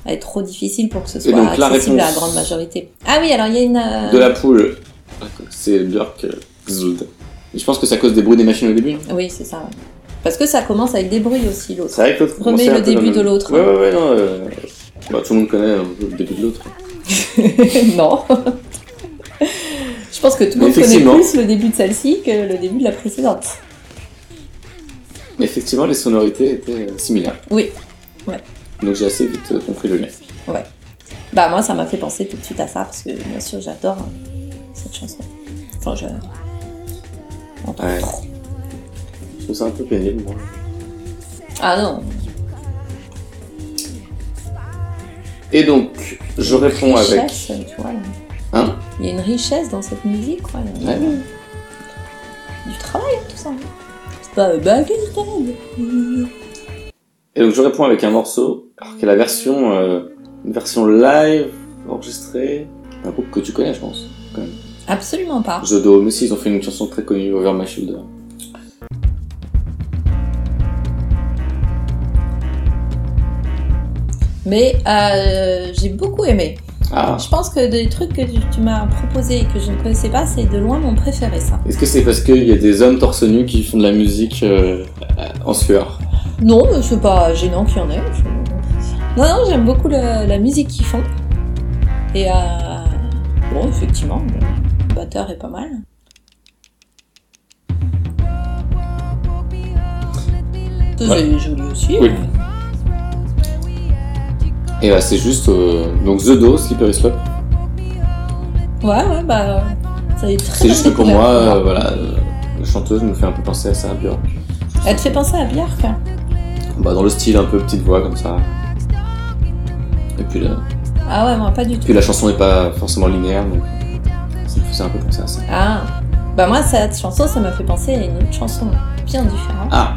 elle est trop difficile pour que ce soit donc, la accessible à la réponse- grande majorité. Ah oui, alors il y a une. euh, De la poule, c'est Björk euh, Zoud. Et Je pense que c'est à cause des bruits des machines au début. Oui, c'est ça. ouais. Parce que ça commence avec des bruits aussi, l'autre. C'est vrai que l'autre Remets commençait le un peu dans début de l'autre. hein. Ouais, ouais, ouais, non. euh, bah, tout le monde connaît euh, le début de l'autre. non. Je pense que tout le monde connaît Effectivement. plus le début de celle-ci que le début de la précédente. Mais Effectivement, les sonorités étaient euh, similaires. Oui. Ouais. Donc j'ai assez vite euh, compris le lien. Bah moi, ça m'a fait penser tout de suite à ça parce que bien sûr, j'adore euh, cette chanson. Enfin, je. J'entends Ouais. trop. Je trouve ça un peu pénible, moi. Ah non. Et donc, je réponds avec. richesse, tu vois. là. Hein Il y a une richesse dans cette musique, quoi. Il y a Ouais. Du travail, tout ça. C'est pas euh, bah, qu'est-ce que t'as Et donc, je réponds avec un morceau, alors que la version, euh, une version live, enregistrée, d'un groupe que tu connais, je pense. Absolument pas. Jeux de Home aussi, ils ont fait une chanson très connue, Over My Shoulder. Mais euh, j'ai beaucoup aimé. Ah Je pense que des trucs que tu, tu m'as proposé et que je ne connaissais pas, c'est de loin mon préféré, ça. Est-ce que c'est parce qu'il y a des hommes torse nu qui font de la musique euh, en sueur Non, mais c'est pas gênant qu'il y en ait. Je- Non, non, j'aime beaucoup le- la musique qu'ils font. Et euh, bon, effectivement, le batteur est pas mal. Ça, Ouais. C'est joli aussi. hein. Oui. Et bah, c'est juste. euh, donc, The Do, Slippery Slope. Ah, Ouais, ouais, bah, ça est très C'est juste que bonne pour découverte. moi, euh, voilà, euh, la chanteuse me fait un peu penser à Sarah Björk. euh, Elle te fait penser à Björk. hein. Bah, dans le style un peu petite voix comme ça. Et puis, là, Ah ouais, moi, pas du tout. puis la chanson n'est pas forcément linéaire, donc ça me faisait un peu penser à ça. Ah, bah moi, cette chanson, ça m'a fait penser à une autre chanson bien différente. Ah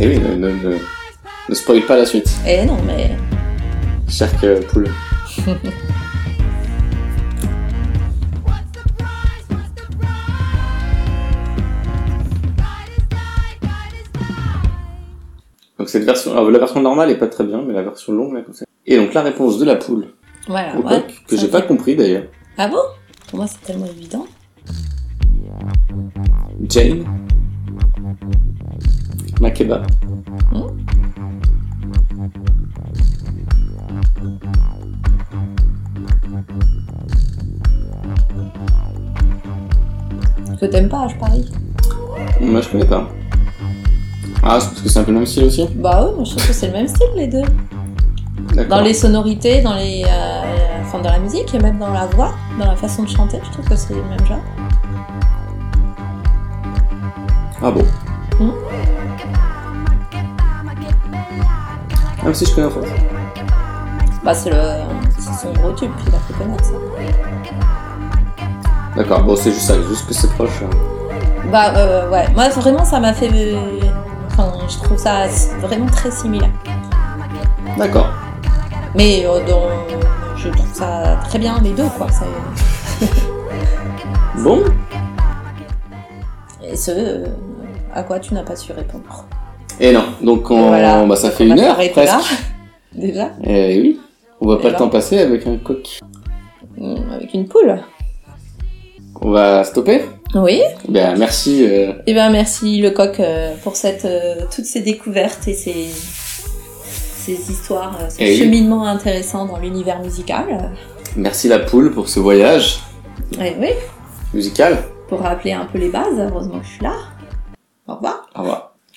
Et oui, ne, ne, ne- ne spoil pas la suite, Eh non, mais cher que poule. Donc cette version, alors, la version normale est pas très bien, mais la version longue là comme ça. Et donc la réponse de la poule voilà. au Ah ouais, coq, Oh, que ça j'ai me pas fait- compris d'ailleurs. Ah bon Pour moi, c'est tellement évident. Jane, Makeba, Que t'aimes pas, je parie. moi je connais pas. Ah, c'est parce que c'est un peu le même style aussi Bah ouais, moi je trouve que c'est le même style les deux. D'accord. Dans les sonorités, dans les, euh, enfin dans la musique et même dans la voix, dans la façon de chanter, je trouve que c'est le même genre. Ah bon Hmm. Ah, mais si je connais en fait. Bah c'est le, c'est son gros tube, puis il a fait connaître ça. D'accord, bon, c'est juste ça, juste que c'est proche. hein. Bah euh, ouais, moi vraiment ça m'a fait, enfin je trouve ça vraiment très similaire. D'accord. Mais euh, dans- je trouve ça très bien les deux quoi. c'est- Bon Et ce euh, à quoi tu n'as pas su répondre. Et non, donc on, Voilà. bah, ça fait On va une heure s'arrêter presque. là. Déjà, Et oui, on va Et pas le là. temps passer avec un coq. Mm, avec une poule. On va stopper Oui. Eh Bien, merci. euh, Eh bien, merci Lecoq euh, pour cette, euh, toutes ces découvertes et ces, ces histoires, euh, ce Eh oui. cheminement intéressant dans l'univers musical. Merci la poule pour ce voyage Et oui, musical. pour rappeler un peu les bases, heureusement que je suis là. Au revoir. Au revoir.